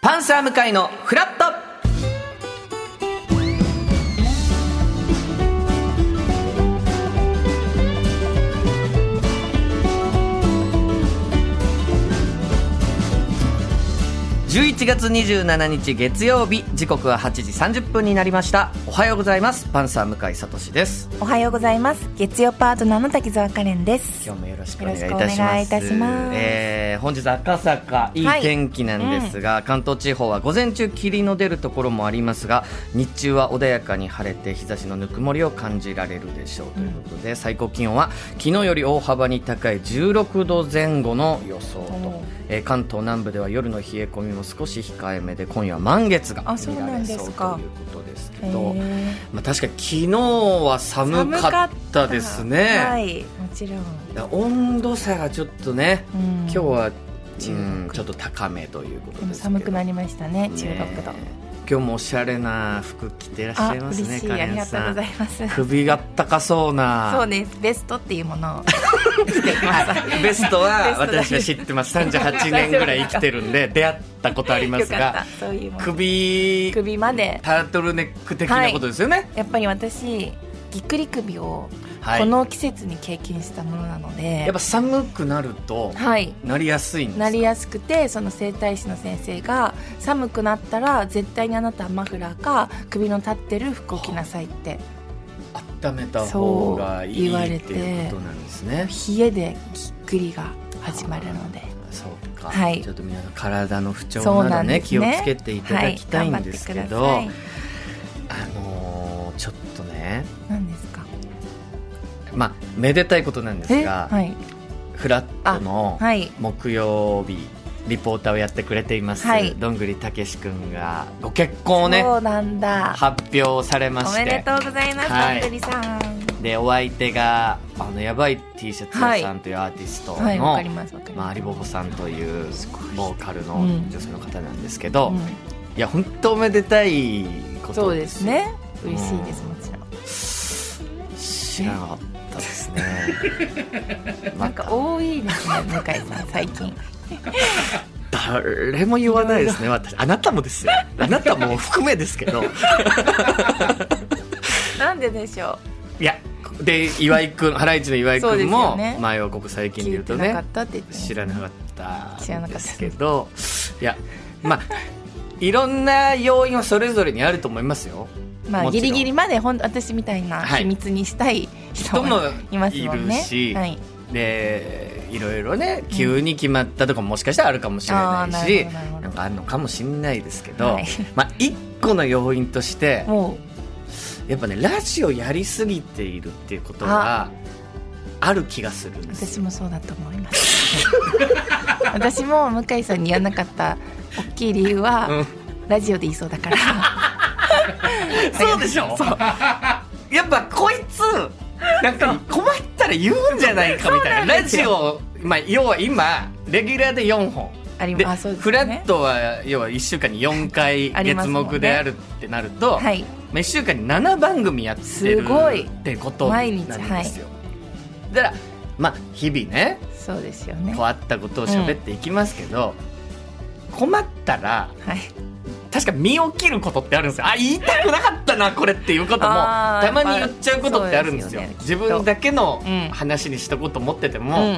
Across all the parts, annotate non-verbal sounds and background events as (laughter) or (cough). パンサー向かいのフラット11月27日月曜日時刻は8時30分になりましたおはようございますパンサー向井聡ですおはようございます。月曜パートナーの滝沢カレンです。今日もよろしくおお願願いいいいたたししまますすえー本日赤坂いいはい天気なんですが、関東地方は午前中霧の出るところもありますが日中は穏やかに晴れて日差しのぬくもりを感じられるでしょうということで、最高気温は昨日より大幅に高い16度前後の予想とお、えー関東南部では夜の冷え込みも少し控えめで今夜は満月があそう見らなれんでそうとすかいうことですけえど、ーまあ、確かに昨日は寒かったですね。はい、もちろん。だから温度差がちょっとね、うん今日は、う16ん、ちょっと高めということででもすけど寒くなりましたね。ね中国度。今日もおしゃれな服着てらっしあ、ゃいます嬉ねしい。カあレりンがとうさございんます。首が高そうなそうです。ベストっていうも (laughs) のを。はいベストはベ私ストだは知ってます38年ぐらい生きてるんで出会ったことありまよすかっがた。そういうもの。首首まで。タートルネック的なことですよね、やっぱり私、ぎっくり首をはいこの季節に経験したものなので。やっぱ寒くなるとはい。なりやすいんですかなりやすくてその整体師の先生が寒くなったら絶対にあなたはマフラーか首の立ってる服を着なさいって温めた方がいそう言わいれってていうことなんですね冷えでぎっくりが始まるのでそうか、はいちょっと皆さん体の不調そうななどんねです気ねをつけていただきたいんですけど、はい、頑張ってあのーちょっとねください何ですかまあめでたいことなんですえが、はいフラットのはい木曜日リポーターをやってくれています、はいどんぐりたけし君がご結婚をねそうなんだ発表されまおしめでてとうございますはいどんぐりさんでお相手があのやばい T シャツ屋さんというアーティストの、はいわかりますわかりますまあ、リボボさんというボーカルのうん女性の方なんですけど、うんいや本当おめでたいことそうですねうん嬉しいですもちろん知らなかったですね (laughs) なんか多いですね向井さん最近 (laughs) 誰も言わないですね私あなたもですよあなたも含めですけ (laughs) どなんででしょいやで岩井君ハライチの岩井そうで君すよも、ね前はここ最う近で聞言ういてとなかねったって言ってました知らなかった知らなかったですけどいやまあいろんな要因はそれぞれにあると思いますよまあもちギろんリギリまでほん私みたいなはい秘密にしたい人人ももいますいもんるね。し、はい、でいろいろね急に決まったとかももしかしたらあるかもしれないあしーなるほどななるほどんかあるのかもしれないですけど、はいまあ一個の要因としてもうやっぱねラジオやりすぎているっていうことがある気がするんです私もそうだと思います。 (laughs) 私も向井さんに言わなかった大きい理由は、うんラジオで言いそう (laughs) だから。そうでしょやっぱこいつなんか困ったら言うんじゃないかみたいなラジオ、まあ、要は今レギュラーで4本ありであそうですねフラットは要は1週間に4回ありま月すもんね目であるってなると、はい。まあ、1週間に7番組やってるすごいってことなんですよ、だからまあ日々ねそうですよね。こうあったことを喋っていきますけど、困ったらはい。確か身を切ることってあるんですよあ言いたくなかったなこれっていうこともあーたまに言っちゃうことってあるんですよやっぱそうです自よね分だけのうん話にしとこうと思っててうも、ん。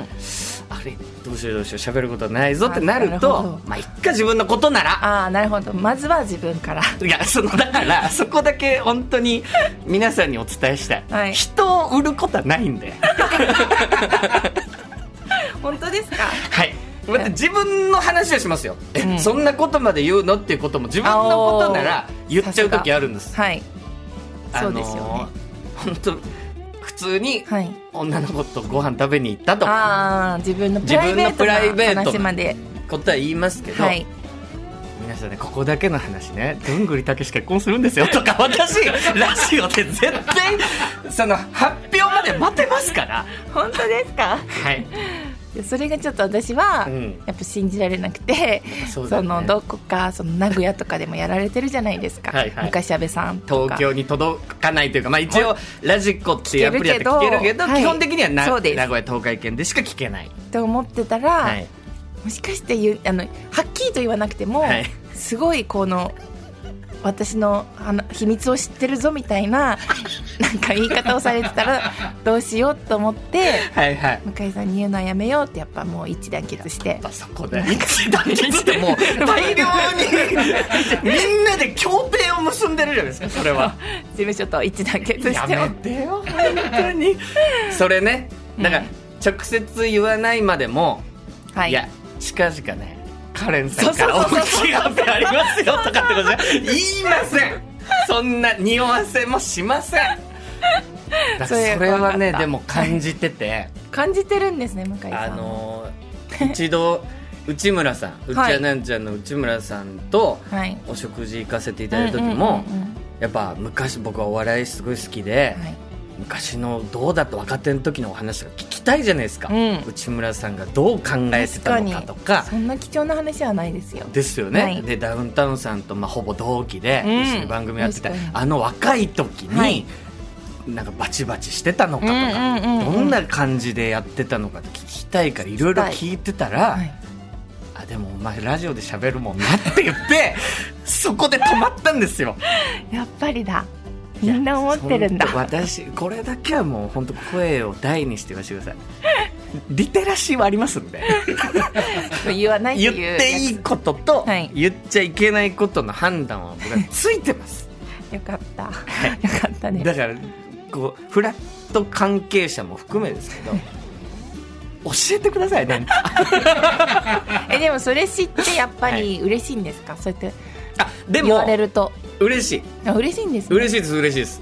あれどうしようどうしよう喋ることないぞってなるあなるとほまあいっか自分のことならああなるほど。まずは自分から。いやそのだからそこだけ本当に皆さんにお伝えしたい、はい人を売ることはないんで本当ですか。はいだって自分の話はしますよ、えうんそんなことまで言うのっていうことも自分のことなら言っちゃう時あるんですはい。あそのうですよね。本当普通にはい。女の子とご飯食べに行ったとああ自分のプ自分のプラライイベベーートなトな話まで。ことは言いますけど、はい。皆さんねここだけの話ねどんぐりたけし結婚するんですよとか私ラジオで絶対その発表まで待ってますから本当ですか。はい、でそれがちょっと私は、うんやっぱ信じられなくてそそ,、うだよねのどこかその名古屋とかでもやられてるじゃないですかはいはい昔安倍さんとか東京に届かないというか、まあ、一応ラジコっていうアプリだと聞けるけど聞けるけど基本的にはな、はいそう名です古屋東海圏でしか聞けない、と思ってたら、はい、もしかして言うあのはっきりと言わなくても、はいすごいこの私のあの秘密を知ってるぞみたい (laughs) ななんか言い方をされてたらどうしようと思ってはいはい向井さんに言うのはやめようってやっぱもう一致団結してあそこで一致団結ってもう大量にみんなで協定を結んでるじゃないですかそれ (laughs) は事務所と一致団結してやめてよ本当にそれねだから、うん直接言わないまでも、、はいいや近々ねカレンさんからそ大うそうそうそうきいオペありますよとかってこと (laughs) じゃ言いませんそんな匂わせもしませんだそそれれはわかっねたでも感じてて感じてるんですね向井さんはあのー一度内村さんうちはいゃなんちゃんの内村さんとはいお食事行かせていただいた時も、うんうんうんやっぱ昔僕はお笑いすごい好きで、うんはい昔のどうだった若手の時のお話が聞きたいじゃないですか、うん内村さんがどう考えてたのかとかそんな貴重な話はないですよですよね、はいでダウンタウンさんとまあほぼ同期でうん一緒に番組やってた、確かにあの若い時に、はいなんかバチバチしてたのかとうんか、うんうんうんどんな感じでやってたのかって聞きたいからいろいろ聞いてたら、はいあでもお前ラジオで喋るもんなって言って (laughs) そこで止まったんですよ。やっぱりだ (laughs) みんな思ってるんだいやそ本当私これだけはもう本当声を大にして言わせてください (laughs) リテラシーはありますんで言わないってい言うっていいこととはい言っちゃいけないことの判断は僕はついてますよかったよかったねだからこうフラット関係者も含めですけ (laughs) ど教えてくださいなんかえでもそれ知ってやっぱり嬉しいんですか、そうやってあで言わもれると嬉しいあ嬉しいんです、ね、嬉ししい、いです嬉しいです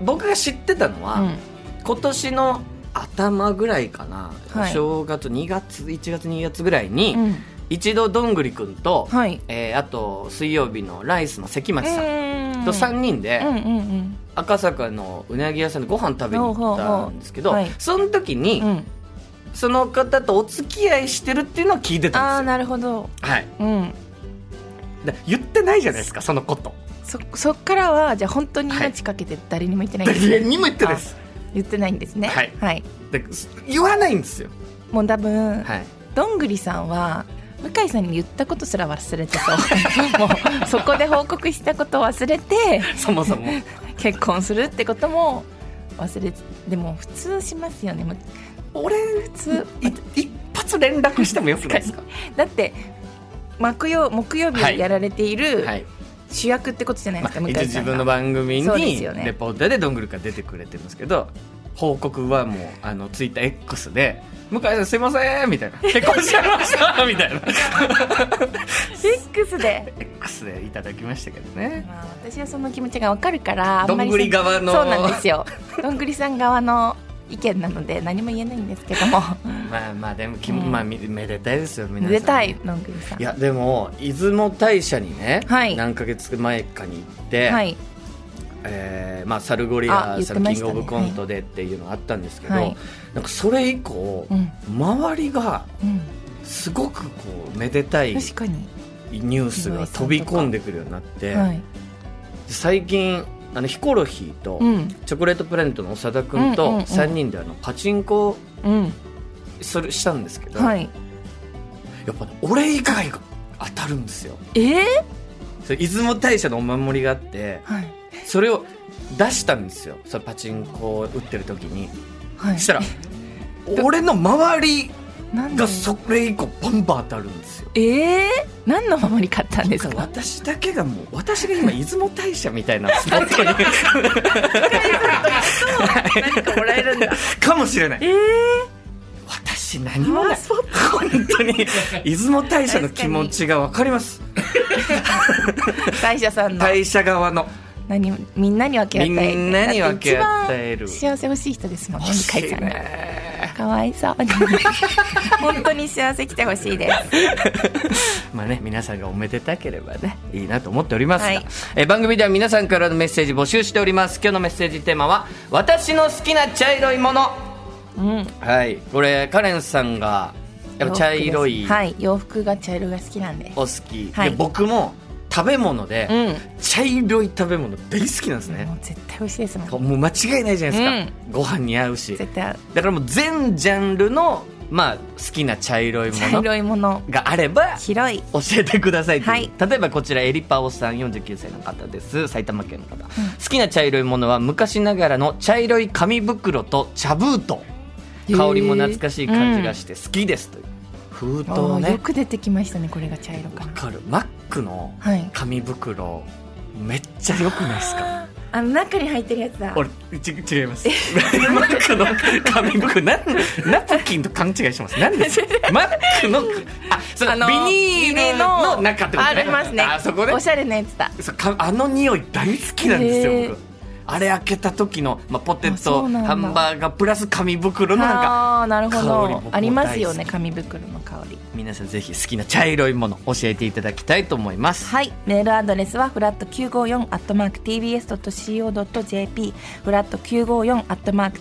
僕が知ってたのは、うん、今年の頭ぐらいかな、はいお正月2月1月2月ぐらいに、うん一度どんぐりくんと、はいえーあと水曜日のライスの関町さんうとん3人でうんうんうん赤坂のうなぎ屋さんでご飯食べに行ったんですけどほうほうほうはいその時にうんその方とお付き合いしてるっていうのは聞いてあたあんですよ。なるほどはい、うんで言ってないじゃないですかそのこと。そそっからはじゃあ本当に命かけて誰にも言ってないんですね、誰にも言ってないです。言ってないんですねはいはい、で言わないんですよ。もう多分、はい、どんぐりさんは向井さんに言ったことすら忘れてそ (laughs) うもうそこで報告したことを忘れて (laughs) そもそも結婚するってことも忘れてでも普通しますよねむ俺普通い一発連絡してもよくないですか。だって木曜木曜は日いやられているはい主役ってことじゃないですか、まあ、一応向井自さん分がの番組そうでにすよねレポーターでどんぐりから出てくれてるんですけど報告はもうあのツイッター X で「向井さんすいません」みた (laughs) いな「結婚しちゃいました」みたいな X で X でいただきましたけどねまあ私はその気持ちがわかるから (laughs) あどまんりぐり側のそうなんですよどんぐりさん側の意見なので何も言えないんですけどもまあまあでもき、うんまあ、みめでたいですよ皆さめんでたいどんぐりさんいやでも出雲大社にね、はい何ヶ月前かに行って、はいえーまあ、サルゴリラあ言っさてん、まキしンたグねオブコントでっていうのがあったんですけど、はいなんかそれ以降、うん周りがうんすごくこうめでたい確かに、ニュースが飛び込んでくるようになって、はい最近あのヒコロヒーと、うんチョコレートプラネットの長田君うんうんとうん3人であのパチンコうんするしたんですけど、はいやっぱね俺以外が当たるんですよえー、それ出雲大社のお守りがあってはいそれを出したんですよそのパチンコを打ってる時にはいそ (laughs) したら俺の周りなんでがそれ以降バンバン当たるんですよ (laughs) えー、何の守り買ったんですか私だけがもう私が今出雲大社みたい (laughs) なスポットに (laughs) 何かもらえるんだかもしれないえー、私何もない本当 (laughs) に出雲大社の気持ちが分かります大社さんの大社側の何みんなに分け与えみんなに分け与えるだって一番幸せ欲しい人ですもんね欲し向井いさんがねかわいそうに本当に幸せ来てほしいですまあね皆さんがおめでたければねいいなと思っておりますが、はいえ番組では皆さんからのメッセージ募集しております今日のメッセージテーマは「私の好きな茶色いもの」うんはいこれカレンさんがやっぱ茶色洋服でいすはい洋服が茶色が好きなんですお好き、はいで僕も食べ物で、うん茶色い食べ物大好きなんですね、もう絶対美味しいですもんもう間違いないじゃないですか、ご飯に合うし絶対だからもう全ジャンルのまあ、好きな茶色いも茶の色いものがあれば広い教えてくださいという、はい例えばこちらエリパオさん49歳の方です埼玉県の方、好きな茶色いものは昔ながらの茶色い紙袋と茶封筒へー香りも懐かしい感じがして好きですという、封筒あーよねく出てきましたねこれが茶色かわなかるマックのはい紙袋めっちゃ良くないですか (laughs) あの中に入ってるやつだ俺ち違いますマックの紙袋なんナプキンと勘違いしてます何 (laughs) ですマックのあそのあのビニールの中ってことねありますねあそこねおしゃれなやつだそうかあの匂い大好きなんですよ、へー僕あれ開けた時の、まあ、ポテあそトうなんだハンバーガープラス紙袋のなんかあーなるほ香り僕どもありますよ大ね紙袋の香り皆さんぜひ好きな茶色いもの教えていただきたいと思いますはいメールアドレスはフラット954アットマーク TBS.CO.JP フラット954アットマーク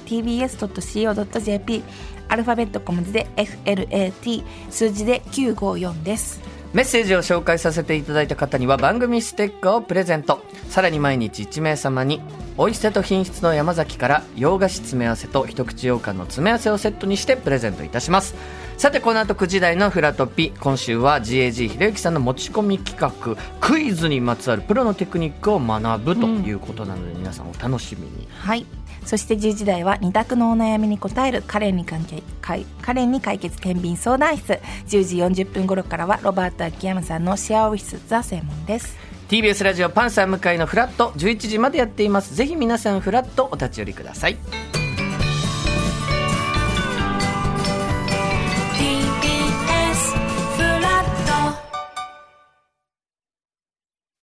TBS.CO.JP アルファベット小文字で FLAT 数字で954ですメッセージを紹介させていただいた方には番組ステッカーをプレゼントさらに毎日1名様におい捨てと品質の山崎から洋菓子詰め合わせと一口羊羹の詰め合わせをセットにしてプレゼントいたしますさてこの後9時台のフラトピ今週は GAG ひろゆきさんの持ち込み企画クイズにまつわるプロのテクニックを学ぶということなので、皆さんお楽しみにはいそして10時台は二択のお悩みに答えるカレンに関係解カレンに解決天秤相談室10時40分頃からはロバート秋山さんのシェアオフィスザ専門です TBS ラジオパンサー向かいのフラット11時までやっていますぜひ皆さんフラットお立ち寄りください